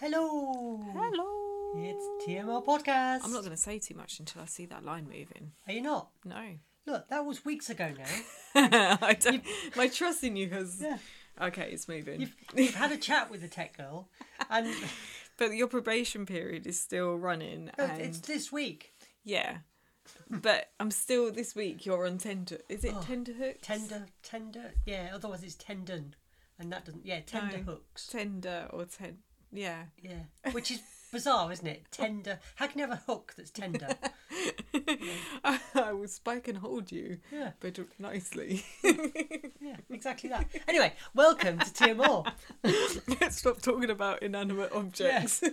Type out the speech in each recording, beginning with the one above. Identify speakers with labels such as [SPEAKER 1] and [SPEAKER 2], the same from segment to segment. [SPEAKER 1] Hello.
[SPEAKER 2] Hello.
[SPEAKER 1] It's TMR Podcast.
[SPEAKER 2] I'm not going to say too much until I see that line moving.
[SPEAKER 1] Are you not?
[SPEAKER 2] No.
[SPEAKER 1] Look, that was weeks ago now.
[SPEAKER 2] I don't, my trust in you has.
[SPEAKER 1] Yeah.
[SPEAKER 2] Okay, it's moving.
[SPEAKER 1] You've, you've had a chat with the tech girl, and
[SPEAKER 2] but your probation period is still running.
[SPEAKER 1] no,
[SPEAKER 2] and
[SPEAKER 1] it's this week.
[SPEAKER 2] Yeah. But I'm still this week. You're on tender. Is it tender hooks?
[SPEAKER 1] Oh, Tender, tender. Yeah. Otherwise, it's tendon, and that doesn't. Yeah, tender
[SPEAKER 2] No.
[SPEAKER 1] hooks.
[SPEAKER 2] Tender or ten? Yeah.
[SPEAKER 1] Yeah, which is bizarre, isn't it? Tender. How can you have a hook that's tender?
[SPEAKER 2] I, I will spike and hold you,
[SPEAKER 1] Yeah.
[SPEAKER 2] but nicely.
[SPEAKER 1] Yeah, exactly that. Anyway, welcome to TMR.
[SPEAKER 2] Let's stop talking about inanimate objects.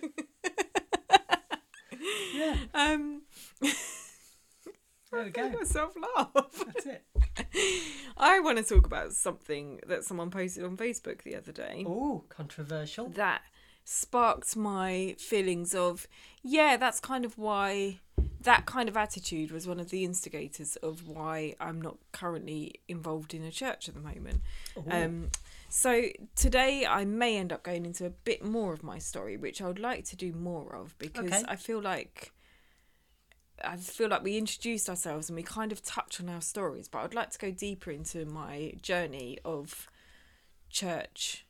[SPEAKER 1] Yeah,
[SPEAKER 2] Um,
[SPEAKER 1] there we
[SPEAKER 2] make
[SPEAKER 1] go.
[SPEAKER 2] myself laugh.
[SPEAKER 1] That's it.
[SPEAKER 2] I want to talk about something that someone posted on Facebook the other day
[SPEAKER 1] Oh, controversial.
[SPEAKER 2] that sparked my feelings of, yeah, that's kind of why that kind of attitude was one of the instigators of why I'm not currently involved in a church at the moment. Um, so today I may end up going into a bit more of my story, which I would like to do more of because
[SPEAKER 1] Okay.
[SPEAKER 2] I feel like. I feel like we introduced ourselves and we kind of touched on our stories, but I'd like to go deeper into my journey of church,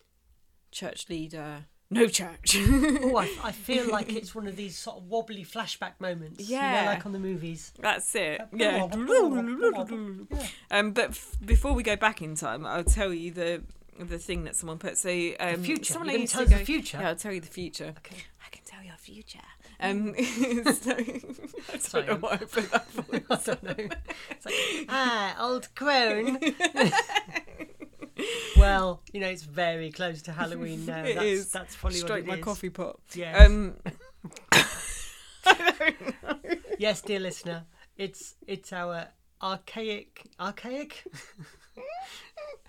[SPEAKER 2] church leader, no church.
[SPEAKER 1] Oh, I, I feel like it's one of these sort of wobbly flashback moments. You
[SPEAKER 2] Yeah.
[SPEAKER 1] know, like on the movies.
[SPEAKER 2] That's it.
[SPEAKER 1] Yep.
[SPEAKER 2] Yeah.
[SPEAKER 1] Yeah.
[SPEAKER 2] Um, but f- before we go back in time, I'll tell you the the thing that someone put. So um,
[SPEAKER 1] future.
[SPEAKER 2] Someone
[SPEAKER 1] You're gonna
[SPEAKER 2] used
[SPEAKER 1] tell
[SPEAKER 2] to
[SPEAKER 1] us the
[SPEAKER 2] go-
[SPEAKER 1] future?
[SPEAKER 2] Yeah, I'll tell you the future.
[SPEAKER 1] Okay.
[SPEAKER 2] I can tell your future. Um, so, I don't
[SPEAKER 1] Sorry,
[SPEAKER 2] know
[SPEAKER 1] um,
[SPEAKER 2] why I put that voice.
[SPEAKER 1] I don't know. It's like, ah, old crone. well, you know, it's very close to Halloween now.
[SPEAKER 2] It
[SPEAKER 1] that's,
[SPEAKER 2] is.
[SPEAKER 1] That's probably what
[SPEAKER 2] Stroke
[SPEAKER 1] it
[SPEAKER 2] my
[SPEAKER 1] is.
[SPEAKER 2] coffee pot.
[SPEAKER 1] Yes.
[SPEAKER 2] Um, I don't know.
[SPEAKER 1] yes, dear listener, it's it's our archaic, archaic.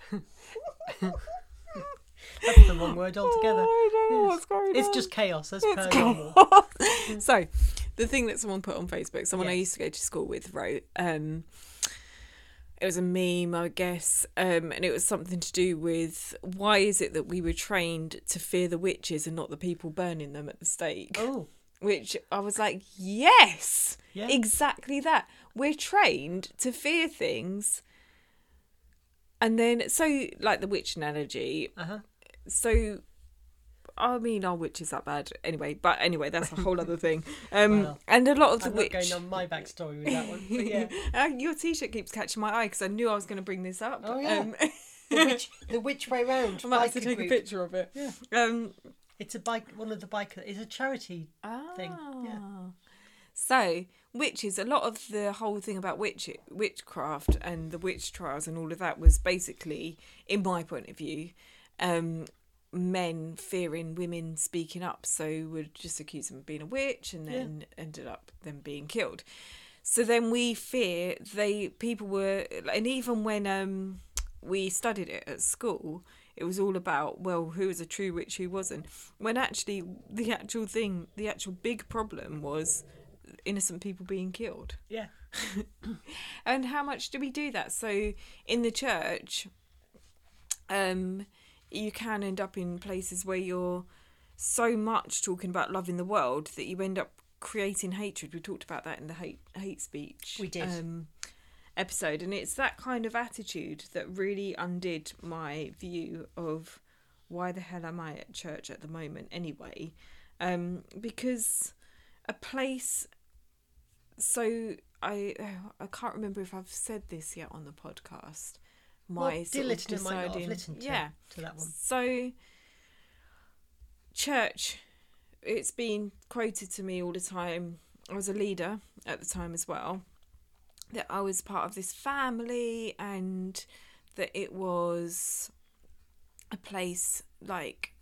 [SPEAKER 1] that's the wrong word altogether.
[SPEAKER 2] Oh, I don't know
[SPEAKER 1] Yes.
[SPEAKER 2] what's going
[SPEAKER 1] It's
[SPEAKER 2] on.
[SPEAKER 1] just chaos as per
[SPEAKER 2] It's
[SPEAKER 1] normal.
[SPEAKER 2] cool. so, the thing that someone put on Facebook, someone I
[SPEAKER 1] Yes.
[SPEAKER 2] used to go to school with wrote, um, it was a meme, I guess, um, and it was something to do with why is it that we were trained to fear the witches and not the people burning them at the stake?
[SPEAKER 1] Oh,
[SPEAKER 2] Which I was like, yes,
[SPEAKER 1] Yeah.
[SPEAKER 2] exactly that. We're trained to fear things. And then, so like the witch analogy,
[SPEAKER 1] uh huh.
[SPEAKER 2] so I mean, our witch is that bad anyway. But anyway, that's a whole other thing. Um,
[SPEAKER 1] Well,
[SPEAKER 2] and a lot of the
[SPEAKER 1] I'm not
[SPEAKER 2] witch.
[SPEAKER 1] going on my backstory with that one. But yeah.
[SPEAKER 2] Uh, your T-shirt keeps catching my eye because I knew I was going to bring this up.
[SPEAKER 1] Oh, yeah.
[SPEAKER 2] Um,
[SPEAKER 1] the which the which way round?
[SPEAKER 2] I might have
[SPEAKER 1] biker
[SPEAKER 2] to take
[SPEAKER 1] group.
[SPEAKER 2] a picture of it.
[SPEAKER 1] Yeah.
[SPEAKER 2] Um,
[SPEAKER 1] It's a bike. One of the biker is a charity. Thing, yeah.
[SPEAKER 2] ah. So witches, a lot of the whole thing about witch witchcraft and the witch trials and all of that was basically, in my point of view, um, men fearing women speaking up, so would just accuse them of being a witch, and then ended up them being killed. So then we fear they people were, and even when um, we studied it at school, it was all about well, who was a true witch, who wasn't. When actually the actual thing, the actual big problem was innocent people being killed.
[SPEAKER 1] Yeah.
[SPEAKER 2] And how much do we do that? So in the church, um, you can end up in places where you're so much talking about loving the world that you end up creating hatred. We talked about that in the hate hate speech.
[SPEAKER 1] We did.
[SPEAKER 2] Um, episode and it's that kind of attitude that really undid my view of why the hell am I at church at the moment anyway um because a place so I I can't remember if I've said this yet on the podcast my
[SPEAKER 1] well,
[SPEAKER 2] sort
[SPEAKER 1] dear
[SPEAKER 2] of
[SPEAKER 1] listener might not have
[SPEAKER 2] deciding-
[SPEAKER 1] listened to,
[SPEAKER 2] yeah
[SPEAKER 1] to that one.
[SPEAKER 2] so, church, it's been quoted to me all the time. I was a leader at the time as well, that I was part of this family and that it was a place like,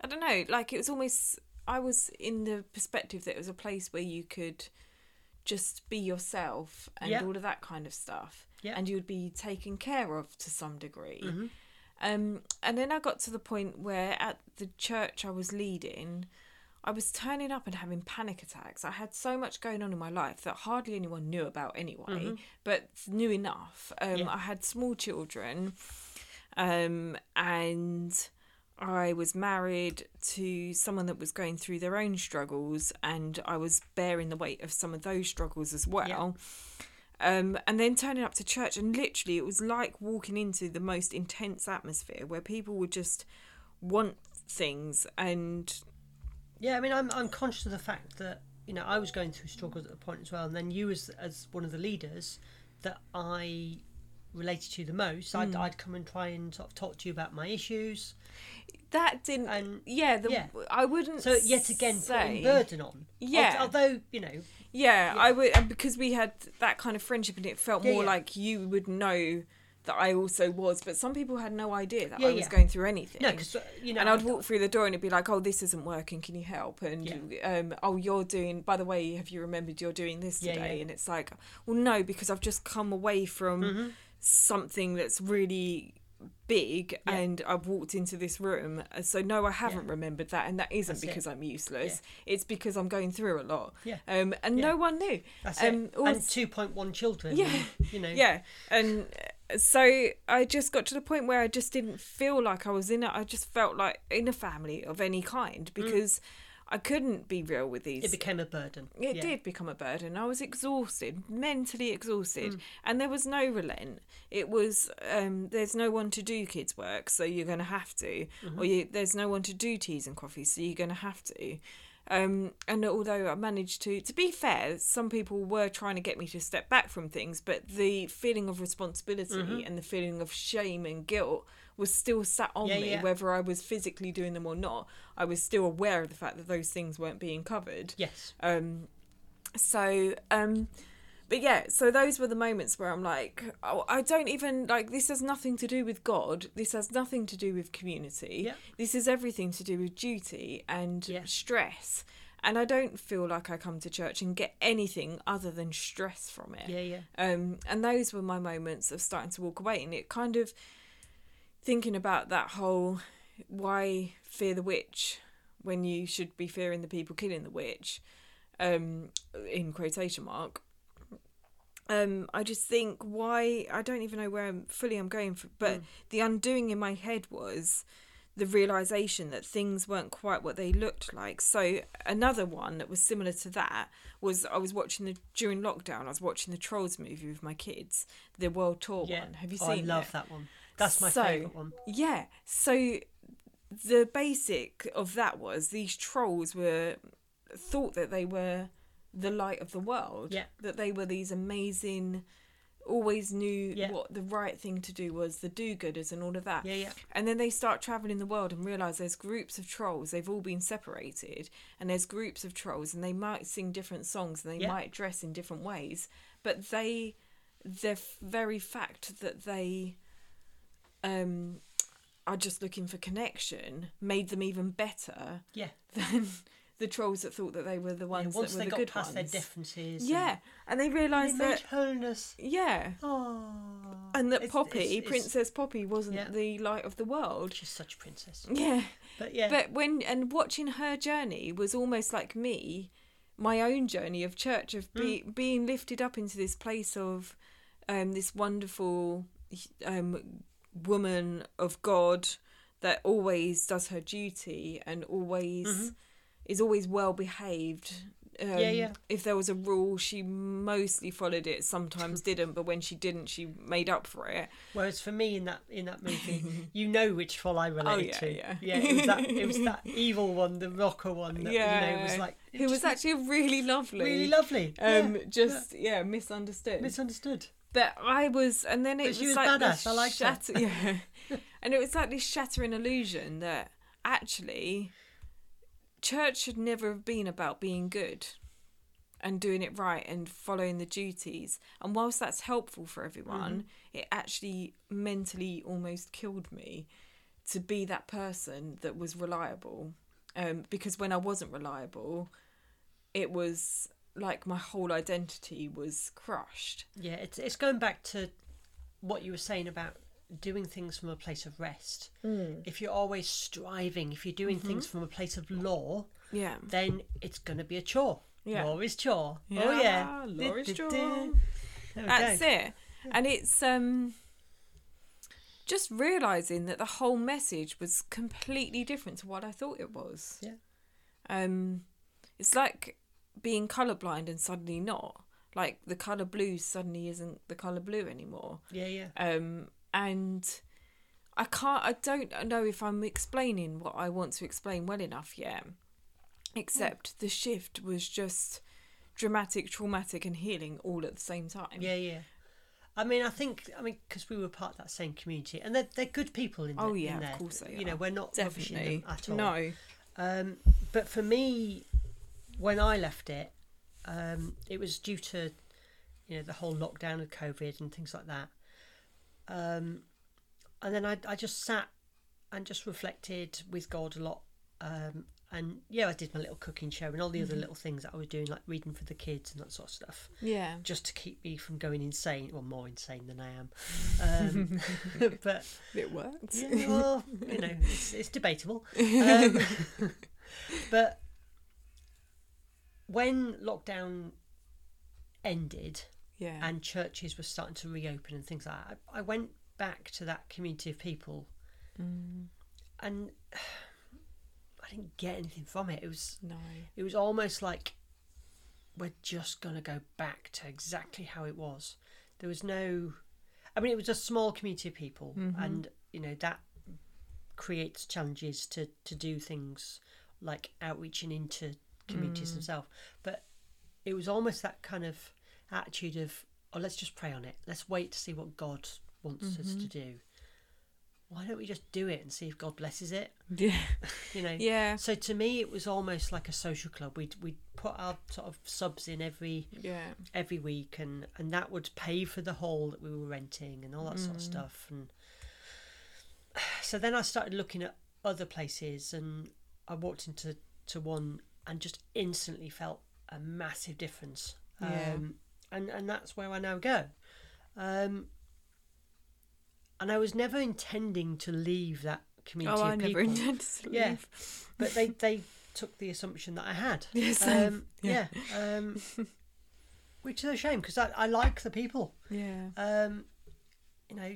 [SPEAKER 2] I don't know, like it was almost, I was in the perspective that it was a place where you could just be yourself and
[SPEAKER 1] Yeah.
[SPEAKER 2] all of that kind of stuff.
[SPEAKER 1] Yeah. Mm-hmm.
[SPEAKER 2] And you would be taken care of to some degree. Um, and then I got to the point where at the church I was leading, I was turning up and having panic attacks. I had so much going on in my life that hardly anyone knew about anyway,
[SPEAKER 1] Mm-hmm.
[SPEAKER 2] but knew enough. Um,
[SPEAKER 1] Yeah.
[SPEAKER 2] I had small children, um, and I was married to someone that was going through their own struggles, and I was bearing the weight of some of those struggles as well. Um, and then turning up to church, and literally, it was like walking into the most intense atmosphere where people would just want things and
[SPEAKER 1] Yeah, I mean, I'm I'm conscious of the fact that you know I was going through struggles at the point as well, and then you as as one of the leaders that I related to the most, I'd,
[SPEAKER 2] Hmm.
[SPEAKER 1] I'd come and try and sort of talk to you about my issues.
[SPEAKER 2] that didn't.
[SPEAKER 1] And-
[SPEAKER 2] yeah, the,
[SPEAKER 1] Um, yeah.
[SPEAKER 2] I wouldn't.
[SPEAKER 1] So yet again,
[SPEAKER 2] say,
[SPEAKER 1] putting burden on.
[SPEAKER 2] Yeah.
[SPEAKER 1] Al- Although you know,
[SPEAKER 2] Yeah, I would and because we had that kind of friendship, and it felt
[SPEAKER 1] Yeah,
[SPEAKER 2] more
[SPEAKER 1] yeah.
[SPEAKER 2] like you would know that I also was. But some people had no idea that
[SPEAKER 1] Yeah,
[SPEAKER 2] I was
[SPEAKER 1] yeah.
[SPEAKER 2] going through anything.
[SPEAKER 1] no, because you know,
[SPEAKER 2] and I'd walk through the door and it'd be like, "Oh, this isn't working. Can you help?" And um, "Oh, you're doing. By the way, have you remembered you're doing this
[SPEAKER 1] Yeah,
[SPEAKER 2] today?"
[SPEAKER 1] yeah.
[SPEAKER 2] And it's like, "Well, no, because I've just come away from
[SPEAKER 1] Mm-hmm.
[SPEAKER 2] something that's really." big
[SPEAKER 1] Yeah.
[SPEAKER 2] and I've walked into this room uh, so no I haven't remembered that and that isn't
[SPEAKER 1] That's it.
[SPEAKER 2] because I'm useless it's because I'm going through a lot
[SPEAKER 1] Yeah.
[SPEAKER 2] um and
[SPEAKER 1] Yeah.
[SPEAKER 2] no one knew
[SPEAKER 1] that's
[SPEAKER 2] um
[SPEAKER 1] it.
[SPEAKER 2] all-
[SPEAKER 1] and two point one children.
[SPEAKER 2] Yeah.
[SPEAKER 1] and, you know,
[SPEAKER 2] yeah and uh, so i just got to the point where i just didn't feel like i was in it i just felt like in a family of any kind because i couldn't be real with these
[SPEAKER 1] it became a burden.
[SPEAKER 2] it
[SPEAKER 1] yeah.
[SPEAKER 2] did become a burden. I was exhausted, mentally exhausted,
[SPEAKER 1] Mm.
[SPEAKER 2] and there was no relent. It was um, there's no one to do kids work, so you're going to have to,
[SPEAKER 1] Mm-hmm.
[SPEAKER 2] or you, there's no one to do teas and coffee, so you're going to have to. Um, and although I managed to, to be fair, some people were trying to get me to step back from things, but the feeling of responsibility
[SPEAKER 1] Mm-hmm.
[SPEAKER 2] and the feeling of shame and guilt was still sat on
[SPEAKER 1] Yeah,
[SPEAKER 2] me,
[SPEAKER 1] yeah.
[SPEAKER 2] whether I was physically doing them or not. I was still aware of the fact that those things weren't being covered.
[SPEAKER 1] Yes.
[SPEAKER 2] Um, so, um, but yeah, so those were the moments where I'm like, oh, I don't even like this has nothing to do with God. This has nothing to do with community.
[SPEAKER 1] Yeah.
[SPEAKER 2] This is everything to do with duty and
[SPEAKER 1] Yeah.
[SPEAKER 2] stress. And I don't feel like I come to church and get anything other than stress from it.
[SPEAKER 1] Yeah, yeah.
[SPEAKER 2] Um, and those were my moments of starting to walk away. And it kind of thinking about that whole why fear the witch when you should be fearing the people killing the witch, um, in quotation mark. Um, I just think why I don't even know where I'm fully I'm going for,
[SPEAKER 1] Hmm.
[SPEAKER 2] but the undoing in my head was the realization that things weren't quite what they looked like. So another one that was similar to that was I was watching the during lockdown I was watching the Trolls movie with my kids, the world tour
[SPEAKER 1] Yeah.
[SPEAKER 2] one. Have you
[SPEAKER 1] Oh,
[SPEAKER 2] seen?
[SPEAKER 1] I love
[SPEAKER 2] it?
[SPEAKER 1] that one. That's my
[SPEAKER 2] So-
[SPEAKER 1] favourite one.
[SPEAKER 2] Yeah. So the basic of that was these trolls were thought that they were the light of the world.
[SPEAKER 1] Yeah.
[SPEAKER 2] That they were these amazing always knew
[SPEAKER 1] Yeah.
[SPEAKER 2] what the right thing to do was, the do gooders and all of that.
[SPEAKER 1] Yeah, yeah.
[SPEAKER 2] And then they start travelling the world and realise there's groups of trolls, they've all been separated, and there's groups of trolls and they might sing different songs and they
[SPEAKER 1] Yeah.
[SPEAKER 2] might dress in different ways. But they the f- very fact that they um are just looking for connection made them even better
[SPEAKER 1] Yeah.
[SPEAKER 2] than the trolls that thought that they were the ones
[SPEAKER 1] Once
[SPEAKER 2] that
[SPEAKER 1] they
[SPEAKER 2] were the
[SPEAKER 1] got
[SPEAKER 2] good
[SPEAKER 1] past
[SPEAKER 2] ones.
[SPEAKER 1] their differences. and-
[SPEAKER 2] yeah, and they realised
[SPEAKER 1] They made
[SPEAKER 2] that
[SPEAKER 1] wholeness.
[SPEAKER 2] yeah,
[SPEAKER 1] Oh.
[SPEAKER 2] and that
[SPEAKER 1] It's-
[SPEAKER 2] Poppy,
[SPEAKER 1] it's- it's-
[SPEAKER 2] Princess Poppy, wasn't
[SPEAKER 1] Yeah.
[SPEAKER 2] the light of the world.
[SPEAKER 1] She's such a princess.
[SPEAKER 2] Yeah,
[SPEAKER 1] But yeah.
[SPEAKER 2] but when and watching her journey was almost like me, my own journey of church of be,
[SPEAKER 1] Mm.
[SPEAKER 2] being lifted up into this place of um, this wonderful um, woman of God that always does her duty and always is always well behaved. Um,
[SPEAKER 1] Mm-hmm. Yeah, yeah.
[SPEAKER 2] If there was a rule, she mostly followed it. Sometimes didn't, but when she didn't, she made up for it.
[SPEAKER 1] Whereas for me in that in that movie, you know which troll I relate
[SPEAKER 2] Oh, yeah,
[SPEAKER 1] to.
[SPEAKER 2] yeah.
[SPEAKER 1] it was that it was that evil one, the rocker one that you know was
[SPEAKER 2] Yeah.
[SPEAKER 1] like it
[SPEAKER 2] Who was
[SPEAKER 1] just
[SPEAKER 2] actually really lovely.
[SPEAKER 1] really lovely.
[SPEAKER 2] Um,
[SPEAKER 1] yeah,
[SPEAKER 2] just yeah, misunderstood.
[SPEAKER 1] misunderstood.
[SPEAKER 2] but I was, and then it
[SPEAKER 1] But she was
[SPEAKER 2] like this
[SPEAKER 1] badass, I liked her.
[SPEAKER 2] shatter- yeah, and it was like this shattering illusion that actually church should never have been about being good and doing it right and following the duties. And whilst that's helpful for everyone,
[SPEAKER 1] Mm-hmm.
[SPEAKER 2] it actually mentally almost killed me to be that person that was reliable. Um, because when I wasn't reliable, it was like my whole identity was crushed.
[SPEAKER 1] Yeah, it's it's going back to what you were saying about doing things from a place of rest.
[SPEAKER 2] Mm.
[SPEAKER 1] If you're always striving, if you're doing things
[SPEAKER 2] Mm-hmm.
[SPEAKER 1] from a place of law,
[SPEAKER 2] Yeah.
[SPEAKER 1] then it's going to be a chore.
[SPEAKER 2] Yeah.
[SPEAKER 1] Law is chore. Oh yeah.
[SPEAKER 2] law is
[SPEAKER 1] Du- du- du.
[SPEAKER 2] chore.
[SPEAKER 1] There we
[SPEAKER 2] That's
[SPEAKER 1] go.
[SPEAKER 2] it. And it's um just realizing that the whole message was completely different to what I thought it was.
[SPEAKER 1] Yeah.
[SPEAKER 2] Um, it's like being colorblind and suddenly not. Like the color blue suddenly isn't the color blue anymore.
[SPEAKER 1] Yeah, yeah.
[SPEAKER 2] Um, and I can't. I don't know if I'm explaining what I want to explain well enough yet. Except the shift was just dramatic, traumatic, and healing all at the same time.
[SPEAKER 1] Yeah, yeah. I mean, I think I mean because we were part of that same community, and they're they're good people in.
[SPEAKER 2] Oh
[SPEAKER 1] the- in
[SPEAKER 2] yeah,
[SPEAKER 1] there.
[SPEAKER 2] of course they
[SPEAKER 1] You know,
[SPEAKER 2] are.
[SPEAKER 1] we're not rubbishing
[SPEAKER 2] definitely
[SPEAKER 1] them at all.
[SPEAKER 2] no.
[SPEAKER 1] Um, but for me, when I left it, um, it was due to, you know, the whole lockdown of COVID and things like that. Um, and then I, I just sat and just reflected with God a lot. Um, and yeah, I did my little cooking show and all the other little things that I was doing, like reading for the kids and that sort of stuff,
[SPEAKER 2] Yeah.
[SPEAKER 1] just to keep me from going insane, or more insane than I am. Um, but
[SPEAKER 2] It worked.
[SPEAKER 1] yeah, well, you know, it's, it's debatable. Um, but when lockdown ended
[SPEAKER 2] Yeah.
[SPEAKER 1] and churches were starting to reopen and things like that, I, I went back to that community of people and I didn't get anything from it. It was
[SPEAKER 2] no.
[SPEAKER 1] it was almost like we're just gonna go back to exactly how it was. There was no, I mean, it was a small community of people, and you know that creates challenges to to do things like outreaching into communities themselves. But it was almost that kind of attitude of, oh, let's just pray on it. Let's wait to see what God wants us to do. Why don't we just do it and see if God blesses it?
[SPEAKER 2] Yeah.
[SPEAKER 1] You know,
[SPEAKER 2] Yeah.
[SPEAKER 1] so to me, it was almost like a social club. We'd we'd put our sort of subs in every
[SPEAKER 2] Yeah.
[SPEAKER 1] every week, and and that would pay for the hall that we were renting and all that sort of
[SPEAKER 2] Mm.
[SPEAKER 1] stuff. And so then I started looking at other places, and I walked into to one and just instantly felt a massive difference.
[SPEAKER 2] Yeah.
[SPEAKER 1] Um, and and that's where I now go. Um, and I was never intending to leave that community
[SPEAKER 2] Oh,
[SPEAKER 1] of
[SPEAKER 2] I never
[SPEAKER 1] people
[SPEAKER 2] intended to leave.
[SPEAKER 1] Yeah. but they they took the assumption that I had.
[SPEAKER 2] Yes.
[SPEAKER 1] Um, yeah.
[SPEAKER 2] Yeah.
[SPEAKER 1] Um, which is a shame because I, I like the people.
[SPEAKER 2] Yeah.
[SPEAKER 1] Um, you know,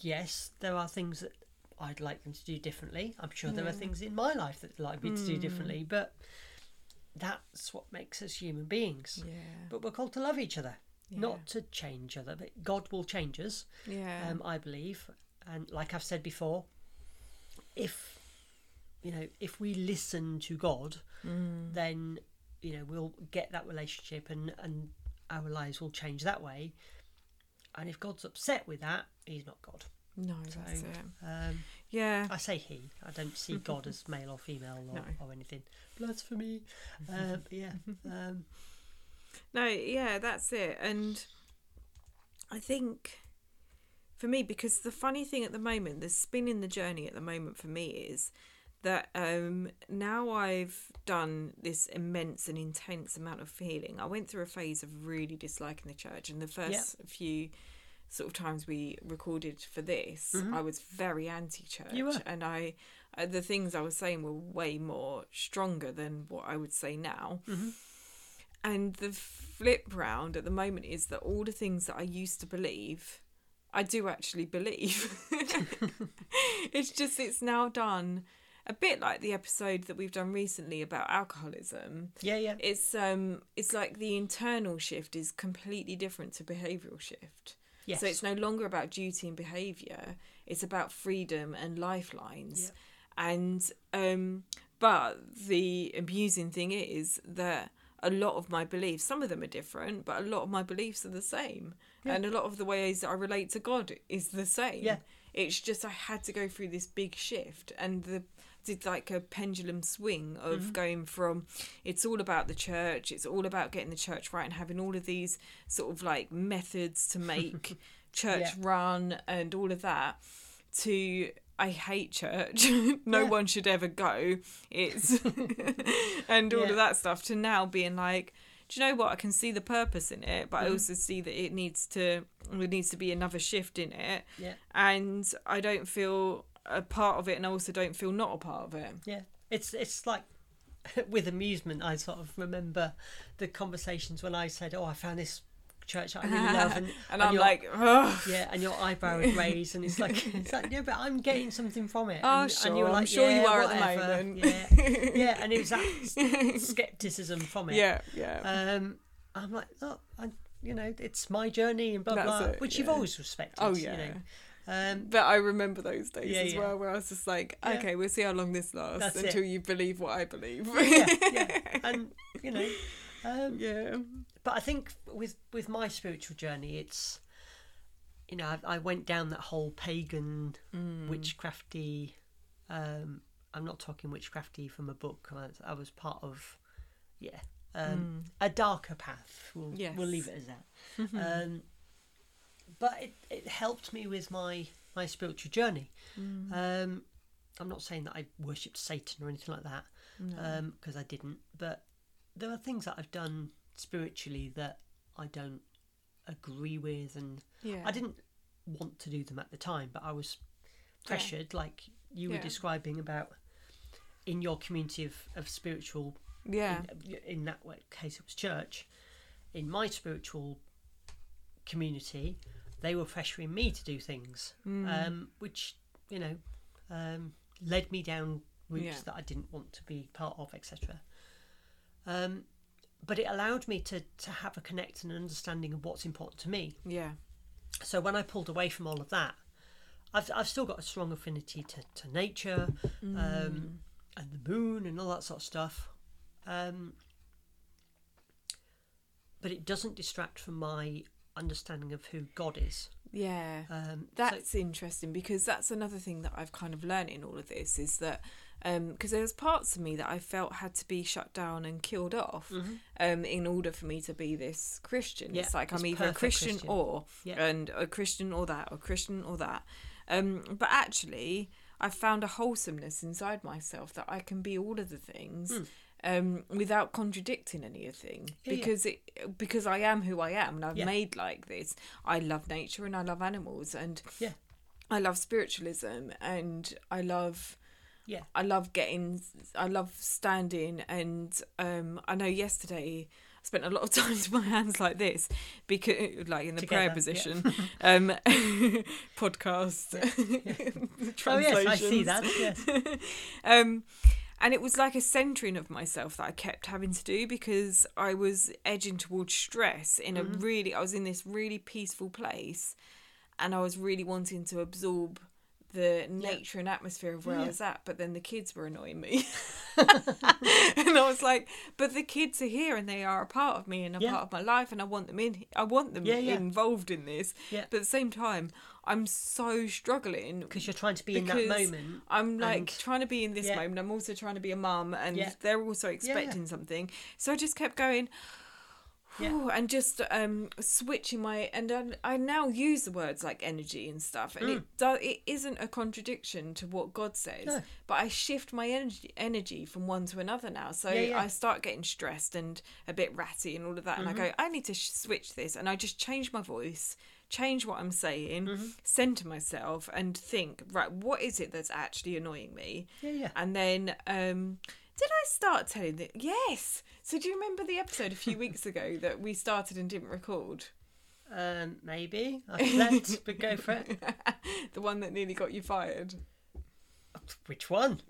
[SPEAKER 1] yes, there are things that I'd like them to do differently. I'm sure there are
[SPEAKER 2] Yeah.
[SPEAKER 1] things in my life that I'd like me to
[SPEAKER 2] Mm.
[SPEAKER 1] do differently, but that's what makes us human beings.
[SPEAKER 2] Yeah.
[SPEAKER 1] But we're called to love each other,
[SPEAKER 2] Yeah.
[SPEAKER 1] not to change other. But God will change us
[SPEAKER 2] Yeah.
[SPEAKER 1] um, I believe, and like I've said before, if you know, if we listen to God,
[SPEAKER 2] Mm.
[SPEAKER 1] then you know we'll get that relationship, and and our lives will change that way. And if God's upset with that, He's not God.
[SPEAKER 2] no, that's
[SPEAKER 1] so-
[SPEAKER 2] it.
[SPEAKER 1] Um,
[SPEAKER 2] Yeah.
[SPEAKER 1] I say He. I don't see God as male or female or,
[SPEAKER 2] No.
[SPEAKER 1] or anything. Blasphemy. Um, yeah. Um,
[SPEAKER 2] No, yeah, that's it. And I think for me, because the funny thing at the moment, the spin in the journey at the moment for me is that um, now I've done this immense and intense amount of healing. I went through a phase of really disliking the church, and the first few sort of times we recorded for this, I was very anti-church,
[SPEAKER 1] Mm-hmm. You were.
[SPEAKER 2] and I uh, the things I was saying were way more stronger than what I would say now.
[SPEAKER 1] Mm-hmm.
[SPEAKER 2] And the flip round at the moment is that all the things that I used to believe, I do actually believe. it's just it's now done a bit like the episode that we've done recently about alcoholism.
[SPEAKER 1] yeah. Yeah.
[SPEAKER 2] It's um it's like the internal shift is completely different to behavioural shift.
[SPEAKER 1] Yes.
[SPEAKER 2] So it's no longer about duty and behaviour. It's about freedom and lifelines.
[SPEAKER 1] Yep.
[SPEAKER 2] And um, but the amusing thing is that a lot of my beliefs, some of them are different, but a lot of my beliefs are the same. And a lot of the ways that I relate to God is the same.
[SPEAKER 1] Yeah.
[SPEAKER 2] It's just I had to go through this big shift and the did like a pendulum swing of
[SPEAKER 1] Mm-hmm.
[SPEAKER 2] going from it's all about the church, it's all about getting the church right and having all of these sort of like methods to make church
[SPEAKER 1] Yeah.
[SPEAKER 2] run and all of that to I hate church. no
[SPEAKER 1] Yeah.
[SPEAKER 2] one should ever go. It's and all
[SPEAKER 1] Yeah.
[SPEAKER 2] of that stuff to now being like do you know what? I can see the purpose in it, but
[SPEAKER 1] Mm.
[SPEAKER 2] I also see that it needs to there needs to be another shift in it
[SPEAKER 1] yeah.
[SPEAKER 2] and I don't feel a part of it, and I also don't feel not a part of it.
[SPEAKER 1] Yeah, it's it's like with amusement. I sort of remember the conversations when I said, "Oh, I found this church that I really love, and,
[SPEAKER 2] and I'm
[SPEAKER 1] your-
[SPEAKER 2] like, "Ugh."
[SPEAKER 1] yeah, and your eyebrow is raised, and it's like, it's like, yeah, but I'm getting something from it.
[SPEAKER 2] Oh,
[SPEAKER 1] and,
[SPEAKER 2] sure.
[SPEAKER 1] and you're
[SPEAKER 2] I'm
[SPEAKER 1] like,
[SPEAKER 2] sure you
[SPEAKER 1] "Yeah,
[SPEAKER 2] are at
[SPEAKER 1] whatever."
[SPEAKER 2] the moment.
[SPEAKER 1] Yeah, yeah, and it was that s- skepticism from it.
[SPEAKER 2] yeah, yeah.
[SPEAKER 1] Um, I'm like, look, I, you know, it's my journey and blah
[SPEAKER 2] That's
[SPEAKER 1] blah,
[SPEAKER 2] it,
[SPEAKER 1] which you've
[SPEAKER 2] yeah.
[SPEAKER 1] always respected.
[SPEAKER 2] Oh,
[SPEAKER 1] you
[SPEAKER 2] yeah.
[SPEAKER 1] know. Um,
[SPEAKER 2] But I remember those days
[SPEAKER 1] Yeah,
[SPEAKER 2] as
[SPEAKER 1] yeah.
[SPEAKER 2] well, where I was just like,
[SPEAKER 1] Yeah.
[SPEAKER 2] okay, we'll see how long this lasts
[SPEAKER 1] That's it.
[SPEAKER 2] until you believe what I believe.
[SPEAKER 1] yeah, yeah, and you know, um,
[SPEAKER 2] yeah.
[SPEAKER 1] but I think with with my spiritual journey, it's you know I, I went down that whole pagan witchcrafty. Um, I'm not talking witchcrafty from a book. I was, I was part of yeah um, a darker path. We'll, we'll leave it as that. um, but it, it helped me with my my spiritual journey. Um, I'm not saying that I worshipped Satan or anything like that because I didn't. But there are things that I've done spiritually that I don't agree with, and
[SPEAKER 2] Yeah.
[SPEAKER 1] I didn't want to do them at the time, but I was pressured, like you were
[SPEAKER 2] Yeah.
[SPEAKER 1] describing about in your community of, of spiritual.
[SPEAKER 2] Yeah.
[SPEAKER 1] In, uh, in that way, case, it was church. In my spiritual community, they were pressuring me to do things,
[SPEAKER 2] Hmm.
[SPEAKER 1] um, which you know um, led me down routes
[SPEAKER 2] Yeah.
[SPEAKER 1] that I didn't want to be part of, etc. Um, but it allowed me to to have a connect and an understanding of what's important to me.
[SPEAKER 2] Yeah.
[SPEAKER 1] So when I pulled away from all of that, I've I've still got a strong affinity to to nature
[SPEAKER 2] Mm.
[SPEAKER 1] um, and the moon and all that sort of stuff. Um, but it doesn't distract from my understanding of who God is.
[SPEAKER 2] Yeah.
[SPEAKER 1] Um, so-
[SPEAKER 2] That's interesting because that's another thing that I've kind of learned in all of this is that because there was parts of me that I felt had to be shut down and killed off um, in order for me to be this Christian.
[SPEAKER 1] Mm-hmm. Yeah,
[SPEAKER 2] it's like I'm
[SPEAKER 1] this
[SPEAKER 2] either a
[SPEAKER 1] perfect
[SPEAKER 2] Christian,
[SPEAKER 1] Christian.
[SPEAKER 2] or
[SPEAKER 1] Yeah.
[SPEAKER 2] and a Christian or that or Christian or that. Um, but actually, I found a wholesomeness inside myself that I can be all of the things. Um, without contradicting anything,
[SPEAKER 1] Hmm. Yeah, yeah.
[SPEAKER 2] because it because I am who I am, and I've
[SPEAKER 1] Yeah.
[SPEAKER 2] made like this. I love nature and I love animals, and
[SPEAKER 1] yeah,
[SPEAKER 2] I love spiritualism and I love
[SPEAKER 1] yeah,
[SPEAKER 2] I love getting I love standing and um I know yesterday I spent a lot of time with my hands like this because like in the
[SPEAKER 1] Together,
[SPEAKER 2] prayer
[SPEAKER 1] yeah.
[SPEAKER 2] position um podcast
[SPEAKER 1] Oh yes, I see
[SPEAKER 2] translations.
[SPEAKER 1] that. Yes.
[SPEAKER 2] um and it was like a centering of myself that I kept having to do because I was edging towards stress in a
[SPEAKER 1] Mm-hmm.
[SPEAKER 2] really I was in this really peaceful place and I was really wanting to absorb the nature and atmosphere of where I was at, but then the kids were annoying me. and I was like, but the kids are here and they are a part of me and a
[SPEAKER 1] Yeah.
[SPEAKER 2] part of my life and I want them in I want them
[SPEAKER 1] Yeah, yeah.
[SPEAKER 2] involved in this.
[SPEAKER 1] Yeah.
[SPEAKER 2] But at the same time, I'm so struggling
[SPEAKER 1] because you're trying to be in that
[SPEAKER 2] because
[SPEAKER 1] moment.
[SPEAKER 2] I'm like
[SPEAKER 1] and-
[SPEAKER 2] trying to be in this
[SPEAKER 1] Yeah.
[SPEAKER 2] moment. I'm also trying to be a mum, and
[SPEAKER 1] Yeah.
[SPEAKER 2] they're also expecting something. So I just kept going.
[SPEAKER 1] Yeah.
[SPEAKER 2] "Whew," and just um, switching my and I, I now use the words like energy and stuff, and it do, it isn't a contradiction to what God says,
[SPEAKER 1] Mm. No.
[SPEAKER 2] but I shift my energy energy from one to another now. So
[SPEAKER 1] Yeah, yeah.
[SPEAKER 2] I start getting stressed and a bit ratty and all of that, and
[SPEAKER 1] Mm-hmm.
[SPEAKER 2] I go, I need to sh- switch this, and I just change my voice, change what I'm saying,
[SPEAKER 1] Mm-hmm.
[SPEAKER 2] center myself, and think, right, what is it that's actually annoying me?
[SPEAKER 1] Yeah, yeah.
[SPEAKER 2] And then, um, did I start telling the Yes. So do you remember the episode a few weeks ago that we started and didn't record?
[SPEAKER 1] Um, maybe I slept, but go for it.
[SPEAKER 2] the one that nearly got you fired.
[SPEAKER 1] Which one?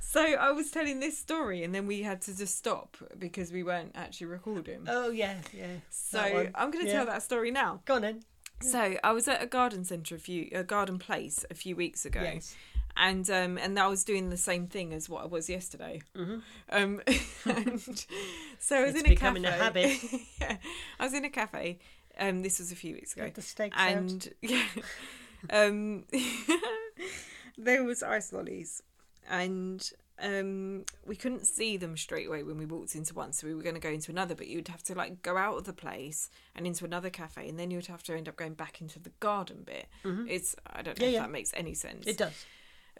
[SPEAKER 2] So I was telling this story, and then we had to just stop because we weren't actually recording.
[SPEAKER 1] Oh yeah, yeah.
[SPEAKER 2] so
[SPEAKER 1] that one.
[SPEAKER 2] I'm going to
[SPEAKER 1] Yeah.
[SPEAKER 2] tell that story now.
[SPEAKER 1] Go on then.
[SPEAKER 2] So I was at a garden centre a few, a garden place a few weeks ago,
[SPEAKER 1] Yes.
[SPEAKER 2] and um, and I was doing the same thing as what I was yesterday. Um, and so I was
[SPEAKER 1] Mm-hmm. It's
[SPEAKER 2] in a
[SPEAKER 1] becoming a
[SPEAKER 2] cafe.
[SPEAKER 1] habit.
[SPEAKER 2] yeah, I was in a cafe. Um, this was a few weeks ago,
[SPEAKER 1] Get the steaks out.
[SPEAKER 2] and yeah, um, there was ice lollies, and um, we couldn't see them straight away when we walked into one, so we were going to go into another. But you'd have to like go out of the place and into another cafe, and then you'd have to end up going back into the garden bit. It's I don't know
[SPEAKER 1] Mm-hmm. Yeah,
[SPEAKER 2] if
[SPEAKER 1] yeah.
[SPEAKER 2] that makes any sense
[SPEAKER 1] It does.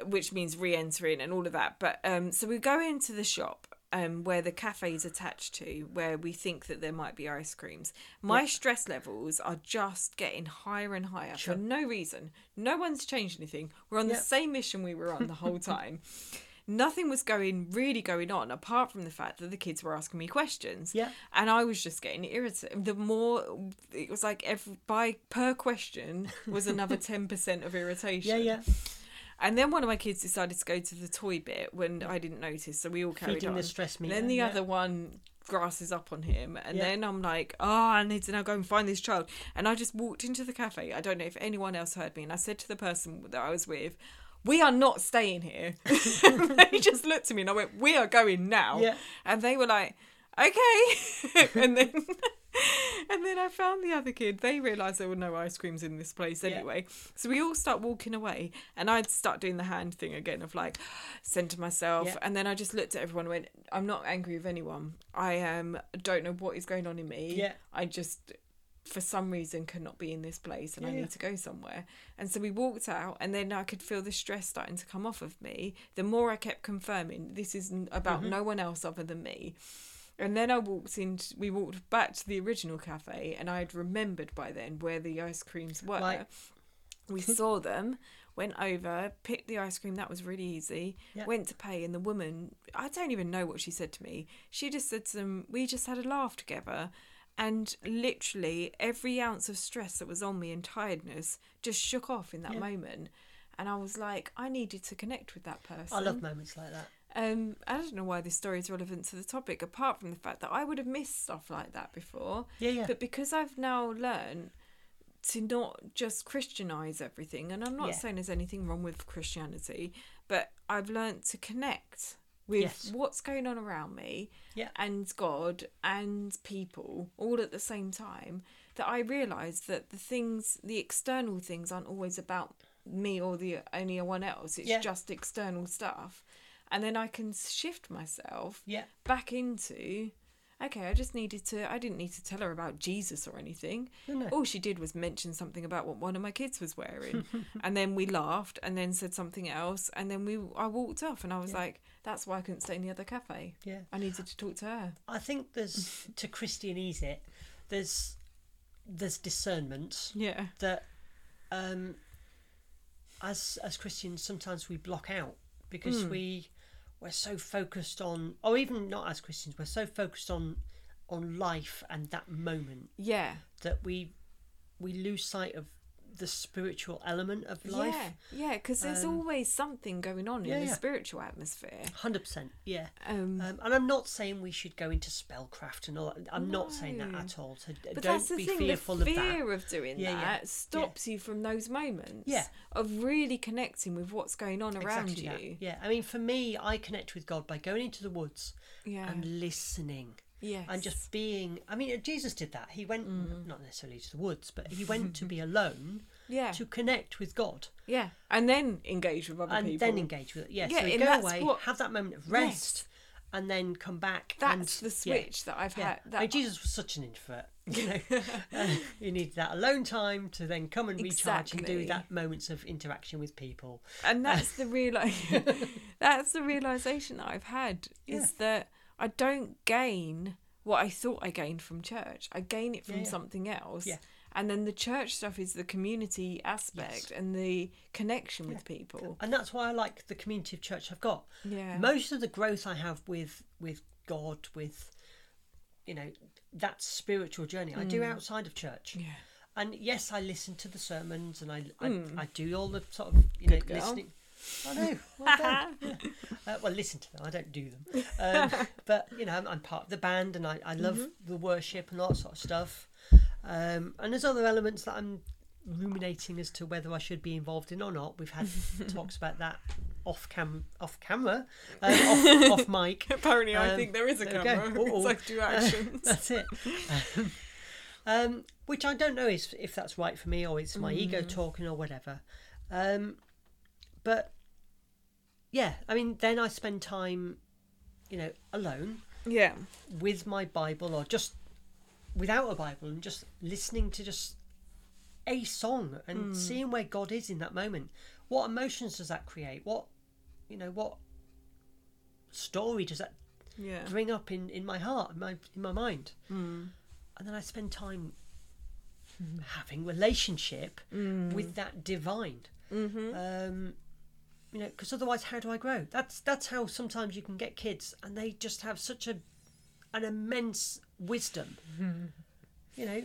[SPEAKER 2] which means re-entering and all of that. But um, so we go into the shop um, where the cafe is attached to, where we think that there might be ice creams. My stress levels are just getting higher and higher
[SPEAKER 1] Sure.
[SPEAKER 2] for no reason. No one's changed anything. We're on
[SPEAKER 1] Yep.
[SPEAKER 2] the same mission we were on the whole time. nothing was going really going on apart from the fact that the kids were asking me questions.
[SPEAKER 1] Yeah.
[SPEAKER 2] And I was just getting irritated. The more it was like every by per question was another ten percent of irritation.
[SPEAKER 1] Yeah, yeah.
[SPEAKER 2] And then one of my kids decided to go to the toy bit when I didn't notice, so we all carried
[SPEAKER 1] Feeding
[SPEAKER 2] on.
[SPEAKER 1] the stress meter.
[SPEAKER 2] Then the
[SPEAKER 1] yeah.
[SPEAKER 2] other one grasses up on him, and
[SPEAKER 1] Yeah.
[SPEAKER 2] then I'm like, oh, I need to now go and find this child. And I just walked into the cafe. I don't know if anyone else heard me, and I said to the person that I was with, "We are not staying here." they just looked at me, and I went, "We are going now."
[SPEAKER 1] Yeah.
[SPEAKER 2] And they were like, "Okay," and then. And then I found the other kid. They realised there were no ice creams in this place
[SPEAKER 1] Yeah.
[SPEAKER 2] anyway. So we all start walking away, and I'd start doing the hand thing again of like, centre myself.
[SPEAKER 1] Yeah.
[SPEAKER 2] And then I just looked at everyone and went, I'm not angry with anyone. I um, don't know what is going on in me.
[SPEAKER 1] Yeah.
[SPEAKER 2] I just, for some reason, cannot be in this place and I
[SPEAKER 1] Yeah, yeah.
[SPEAKER 2] need to go somewhere. And so we walked out, and then I could feel the stress starting to come off of me. The more I kept confirming, this is n- about
[SPEAKER 1] Mm-hmm.
[SPEAKER 2] no one else other than me. And then I walked in. We walked back to the original cafe, and I had remembered by then where the ice creams were.
[SPEAKER 1] Right.
[SPEAKER 2] We saw them, went over, picked the ice cream. That was really easy.
[SPEAKER 1] Yeah.
[SPEAKER 2] Went to pay, and the woman, I don't even know what she said to me. She just said some. We just had a laugh together, and literally every ounce of stress that was on me and tiredness just shook off in that
[SPEAKER 1] Yeah.
[SPEAKER 2] moment. And I was like, I needed to connect with that person.
[SPEAKER 1] I love moments like that.
[SPEAKER 2] Um, I don't know why this story is relevant to the topic, apart from the fact that I would have missed stuff like that before.
[SPEAKER 1] Yeah, yeah.
[SPEAKER 2] But because I've now learned to not just Christianize everything, and I'm not
[SPEAKER 1] Yeah.
[SPEAKER 2] saying there's anything wrong with Christianity, but I've learned to connect with
[SPEAKER 1] Yes.
[SPEAKER 2] what's going on around me
[SPEAKER 1] Yeah.
[SPEAKER 2] and God and people all at the same time that I realized that the things, the external things, aren't always about me or the anyone else. It's
[SPEAKER 1] Yeah.
[SPEAKER 2] just external stuff, and then I can shift myself
[SPEAKER 1] Yeah.
[SPEAKER 2] back into. Okay, I just needed to. I didn't need to tell her about Jesus or anything.
[SPEAKER 1] No, no.
[SPEAKER 2] All she did was mention something about what one of my kids was wearing, and then we laughed, and then said something else, and then we. I walked off, and I was like, "That's why I couldn't stay in the other cafe."
[SPEAKER 1] Yeah.
[SPEAKER 2] I needed to talk to her.
[SPEAKER 1] I think there's to Christianese it. There's there's discernment
[SPEAKER 2] Yeah.
[SPEAKER 1] that um, as as Christians sometimes we block out because we we're so focused on, or even not as Christians, we're so focused on on life and that moment
[SPEAKER 2] Yeah.
[SPEAKER 1] that we we lose sight of the spiritual element of life. um,
[SPEAKER 2] Yeah, yeah, because there's always something going on
[SPEAKER 1] yeah,
[SPEAKER 2] in the
[SPEAKER 1] yeah.
[SPEAKER 2] spiritual atmosphere.
[SPEAKER 1] Hundred percent, yeah.
[SPEAKER 2] Um,
[SPEAKER 1] Um, and I'm not saying we should go into spellcraft and all. that. I'm not saying that
[SPEAKER 2] No.
[SPEAKER 1] at all. So d-
[SPEAKER 2] but that's
[SPEAKER 1] uh, don't
[SPEAKER 2] the
[SPEAKER 1] be
[SPEAKER 2] thing,
[SPEAKER 1] fearful
[SPEAKER 2] the
[SPEAKER 1] of that.
[SPEAKER 2] fear of, doing
[SPEAKER 1] Yeah, yeah,
[SPEAKER 2] that
[SPEAKER 1] yeah.
[SPEAKER 2] stops you from those moments
[SPEAKER 1] Yeah.
[SPEAKER 2] of really connecting with what's going on around you.
[SPEAKER 1] that. Yeah, I mean, for me, I connect with God by going into the woods
[SPEAKER 2] Yeah.
[SPEAKER 1] and listening
[SPEAKER 2] yes. Mm.
[SPEAKER 1] and just being. I mean, Jesus did that. He went not necessarily to the woods, but he went to be alone
[SPEAKER 2] yeah.
[SPEAKER 1] to connect with God
[SPEAKER 2] yeah. And then engage with other
[SPEAKER 1] and
[SPEAKER 2] people.
[SPEAKER 1] then engage with it. Yeah,
[SPEAKER 2] Yeah,
[SPEAKER 1] so
[SPEAKER 2] and
[SPEAKER 1] go
[SPEAKER 2] that's
[SPEAKER 1] away,
[SPEAKER 2] what-
[SPEAKER 1] have that moment of
[SPEAKER 2] Rest.
[SPEAKER 1] rest, and then come back. and,
[SPEAKER 2] that's the
[SPEAKER 1] yeah,
[SPEAKER 2] switch that I've
[SPEAKER 1] Yeah.
[SPEAKER 2] had. That
[SPEAKER 1] I mean, Jesus was such an introvert. You know, Uh, you needed that alone time to then come and recharge and
[SPEAKER 2] Exactly.
[SPEAKER 1] do that moments of interaction with people.
[SPEAKER 2] and that's the reali that's the realization that I've had is that I don't gain what I thought I gained from church. I gain it from
[SPEAKER 1] Yeah, yeah.
[SPEAKER 2] something else.
[SPEAKER 1] Yeah.
[SPEAKER 2] And then the church stuff is the community aspect and the connection with people.
[SPEAKER 1] and that's why I like the community of church I've got.
[SPEAKER 2] Yeah.
[SPEAKER 1] Most of the growth I have with with God, with you know that spiritual journey, I
[SPEAKER 2] Mm.
[SPEAKER 1] do outside of church.
[SPEAKER 2] Yeah.
[SPEAKER 1] And yes, I listen to the sermons, and I I, I do all the sort of you know
[SPEAKER 2] Hmm. Good girl.
[SPEAKER 1] listening. I know. Well, done. Yeah. Uh, well, listen to them. I don't do them, um, but you know I'm, I'm part of the band, and I, I love
[SPEAKER 2] Mm-hmm.
[SPEAKER 1] the worship and all that sort of stuff. Um, and there's other elements that I'm ruminating as to whether I should be involved in or not. We've had talks about that off cam, off camera, um, off, off mic.
[SPEAKER 2] Apparently,
[SPEAKER 1] I Um, think
[SPEAKER 2] there is
[SPEAKER 1] a there we go. camera. It's Uh-oh. like
[SPEAKER 2] two
[SPEAKER 1] That's it. Um, um, which I don't know is if that's right for me or it's my ego talking or whatever. Um, but yeah, I mean, then I spend time, you know, alone
[SPEAKER 2] yeah.
[SPEAKER 1] with my Bible or just without a Bible and just listening to just a song and seeing where God is in that moment. What emotions does that create? What you know, what story does that
[SPEAKER 2] Yeah.
[SPEAKER 1] bring up in, in my heart, in my in my mind?
[SPEAKER 2] Mm.
[SPEAKER 1] And then I spend time
[SPEAKER 2] Mm. Mm-hmm.
[SPEAKER 1] having relationship with that divine. Um, you know, because otherwise, how do I grow? That's that's how sometimes you can get kids, and they just have such a an immense wisdom. you know,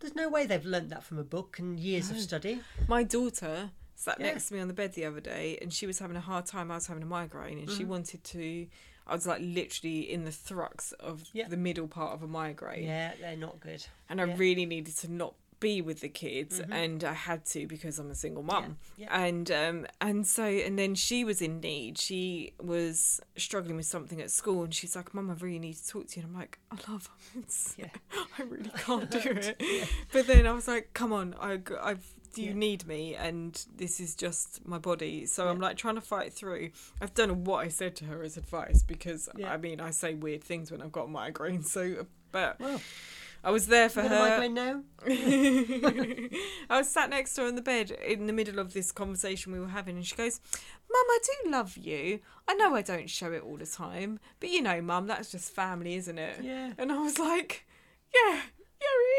[SPEAKER 1] there's no way they've learnt that from a book and years of study.
[SPEAKER 2] My daughter sat
[SPEAKER 1] Yeah.
[SPEAKER 2] next to me on the bed the other day and she was having a hard time. I was having a migraine and she
[SPEAKER 1] Mm-hmm.
[SPEAKER 2] wanted to. I was like literally in the thrux of
[SPEAKER 1] Yeah.
[SPEAKER 2] the middle part of a migraine.
[SPEAKER 1] Yeah, they're not good.
[SPEAKER 2] and I
[SPEAKER 1] Yeah. Mm-hmm.
[SPEAKER 2] really needed to not be with the kids and I had to because I'm a single mum.
[SPEAKER 1] yeah.
[SPEAKER 2] And um and so and then she was in need. She was struggling with something at school and she's like, Mum, I really need to talk to you and I'm like, I love it's
[SPEAKER 1] Yeah.
[SPEAKER 2] I really can't do it. But then I was like, Come on, I I've you
[SPEAKER 1] Yeah.
[SPEAKER 2] need me and this is just my body. So I'm
[SPEAKER 1] Yeah.
[SPEAKER 2] like trying to fight through. I don't know what I said to her as advice because
[SPEAKER 1] Yeah.
[SPEAKER 2] I mean I say weird things when I've got migraines, so but
[SPEAKER 1] Well,
[SPEAKER 2] I was there for
[SPEAKER 1] you got
[SPEAKER 2] her.
[SPEAKER 1] a migraine now?
[SPEAKER 2] I was sat next to her on the bed in the middle of this conversation we were having, and she goes, Mum, I do love you. I know I don't show it all the time, but you know, Mum, that's just family, isn't it?
[SPEAKER 1] Yeah.
[SPEAKER 2] And I was like, Yeah, yeah,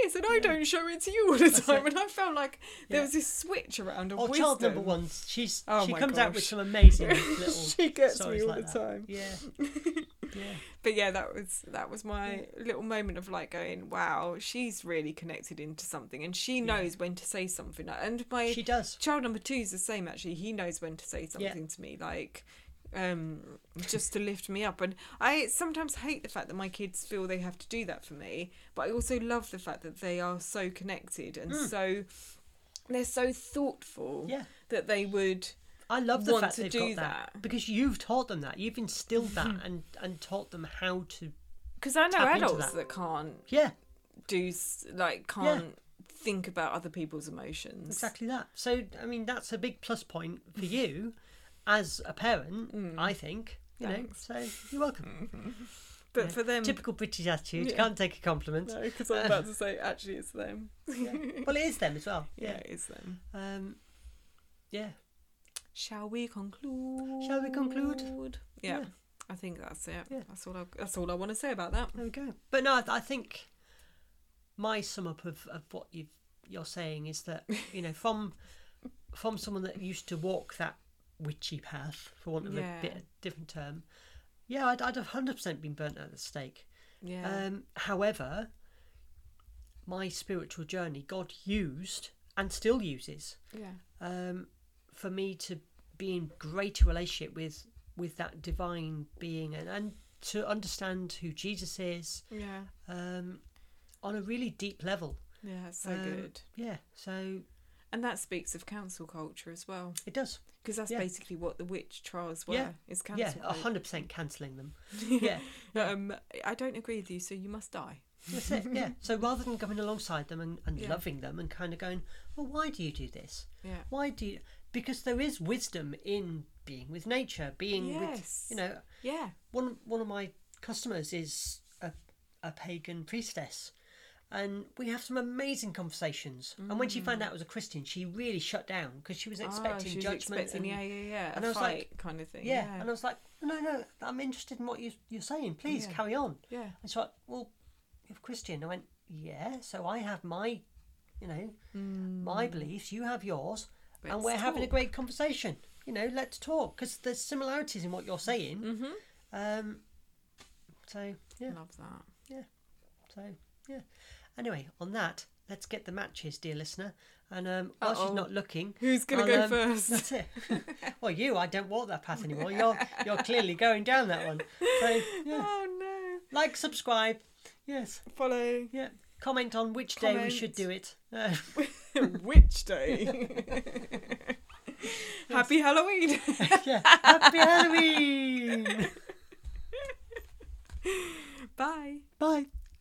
[SPEAKER 2] it is. And I don't show it to you all the time. And I felt like there
[SPEAKER 1] Yeah.
[SPEAKER 2] was this switch around of
[SPEAKER 1] Oh,
[SPEAKER 2] wisdom.
[SPEAKER 1] child number one. She's
[SPEAKER 2] Oh
[SPEAKER 1] she
[SPEAKER 2] my
[SPEAKER 1] comes out with
[SPEAKER 2] gosh.
[SPEAKER 1] some amazing little.
[SPEAKER 2] she gets me
[SPEAKER 1] stories
[SPEAKER 2] all
[SPEAKER 1] like
[SPEAKER 2] the
[SPEAKER 1] that.
[SPEAKER 2] time.
[SPEAKER 1] Yeah. Yeah.
[SPEAKER 2] But yeah, that was that was my little moment of like going, wow, she's really connected into something, and she knows when to say something. And my
[SPEAKER 1] She does.
[SPEAKER 2] child number two is the same actually he knows when to say something to me like um just to lift me up and i sometimes hate the fact that my kids feel they have to do that for me but i also love the fact that they are so connected and so they're so thoughtful
[SPEAKER 1] Mm. Yeah.
[SPEAKER 2] that they would
[SPEAKER 1] I love the
[SPEAKER 2] want
[SPEAKER 1] fact
[SPEAKER 2] to
[SPEAKER 1] they've
[SPEAKER 2] do
[SPEAKER 1] got that.
[SPEAKER 2] that.
[SPEAKER 1] because you've taught them that. You've instilled that and and taught them how to.
[SPEAKER 2] because i know
[SPEAKER 1] Tap into
[SPEAKER 2] adults
[SPEAKER 1] that.
[SPEAKER 2] that can't
[SPEAKER 1] Yeah,
[SPEAKER 2] do s- like can't think about other people's emotions
[SPEAKER 1] exactly that. So I mean, that's a big plus point for you as a parent. I think you
[SPEAKER 2] Mm. Thanks. Um,
[SPEAKER 1] know. So you're welcome.
[SPEAKER 2] but for them
[SPEAKER 1] Typical British attitude. Can't take a compliment.
[SPEAKER 2] because i'm about to say actually it's them
[SPEAKER 1] Well, it is them as well.
[SPEAKER 2] yeah
[SPEAKER 1] Yeah.
[SPEAKER 2] it's them
[SPEAKER 1] Um, yeah.
[SPEAKER 2] Shall we conclude?
[SPEAKER 1] Shall we conclude?
[SPEAKER 2] Yeah,
[SPEAKER 1] Yeah.
[SPEAKER 2] I think that's it.
[SPEAKER 1] Yeah.
[SPEAKER 2] That's all. I, that's all I want to say about that.
[SPEAKER 1] There we go. But no, I- I think my sum up of, of what you've, you're saying is that you know from from someone that used to walk that witchy path, for want of
[SPEAKER 2] Yeah.
[SPEAKER 1] a bit different term, yeah, I'd, I'd have hundred percent been burnt at the stake.
[SPEAKER 2] Yeah.
[SPEAKER 1] Um, however, my spiritual journey, God used and still uses
[SPEAKER 2] yeah.
[SPEAKER 1] um, for me to be in greater relationship with with that divine being and, and to understand who Jesus is
[SPEAKER 2] Yeah.
[SPEAKER 1] um, on a really deep level.
[SPEAKER 2] Yeah. it's So
[SPEAKER 1] Um,
[SPEAKER 2] good.
[SPEAKER 1] Yeah, so
[SPEAKER 2] And that speaks of council culture as well,
[SPEAKER 1] it does.
[SPEAKER 2] because that's
[SPEAKER 1] Yeah.
[SPEAKER 2] basically what the witch trials were.
[SPEAKER 1] Yeah.
[SPEAKER 2] Is
[SPEAKER 1] Yeah,
[SPEAKER 2] council.
[SPEAKER 1] a
[SPEAKER 2] culture.
[SPEAKER 1] hundred percent cancelling them. Yeah,
[SPEAKER 2] Um, I don't agree with you, so you must die.
[SPEAKER 1] that's it. Yeah. So rather than coming alongside them and, and
[SPEAKER 2] Yeah.
[SPEAKER 1] loving them and kind of going, well, why do you do this?
[SPEAKER 2] Yeah.
[SPEAKER 1] Why do you? Because there is wisdom in being with nature, being
[SPEAKER 2] Yes.
[SPEAKER 1] with you know
[SPEAKER 2] Yeah.
[SPEAKER 1] one one of my customers is a, a pagan priestess and we have some amazing conversations and when she found out I was a christian she really shut down because she was
[SPEAKER 2] Mm. Ah,
[SPEAKER 1] expecting
[SPEAKER 2] she was
[SPEAKER 1] judgment
[SPEAKER 2] expecting,
[SPEAKER 1] and,
[SPEAKER 2] yeah, yeah, yeah.
[SPEAKER 1] and
[SPEAKER 2] a
[SPEAKER 1] I was
[SPEAKER 2] fight
[SPEAKER 1] like-
[SPEAKER 2] kind of thing.
[SPEAKER 1] yeah.
[SPEAKER 2] Yeah.
[SPEAKER 1] and i was like no no i'm interested in what you, you're saying please
[SPEAKER 2] Yeah.
[SPEAKER 1] carry on
[SPEAKER 2] yeah.
[SPEAKER 1] and she's like well you're christian i went yeah so i have my you know my beliefs you have yours and
[SPEAKER 2] Mm. Let's
[SPEAKER 1] we're having a
[SPEAKER 2] talk.
[SPEAKER 1] great conversation you know let's talk because there's similarities in what you're saying
[SPEAKER 2] Mm-hmm.
[SPEAKER 1] um so yeah
[SPEAKER 2] Love that.
[SPEAKER 1] so yeah. Anyway, on that, let's get the matches, dear listener. And um, while
[SPEAKER 2] Uh-oh.
[SPEAKER 1] she's not looking,
[SPEAKER 2] Who's gonna
[SPEAKER 1] I'll,
[SPEAKER 2] go
[SPEAKER 1] um,
[SPEAKER 2] first?
[SPEAKER 1] That's it. well, you, I don't walk that path anymore. You're you're clearly going down that one. So yeah,
[SPEAKER 2] Oh
[SPEAKER 1] like, subscribe. Yes.
[SPEAKER 2] no! Follow.
[SPEAKER 1] Yeah. Comment on which day we should do it. Uh,
[SPEAKER 2] Witch Day. Happy Halloween.
[SPEAKER 1] yeah. Happy Halloween.
[SPEAKER 2] Bye.
[SPEAKER 1] Bye.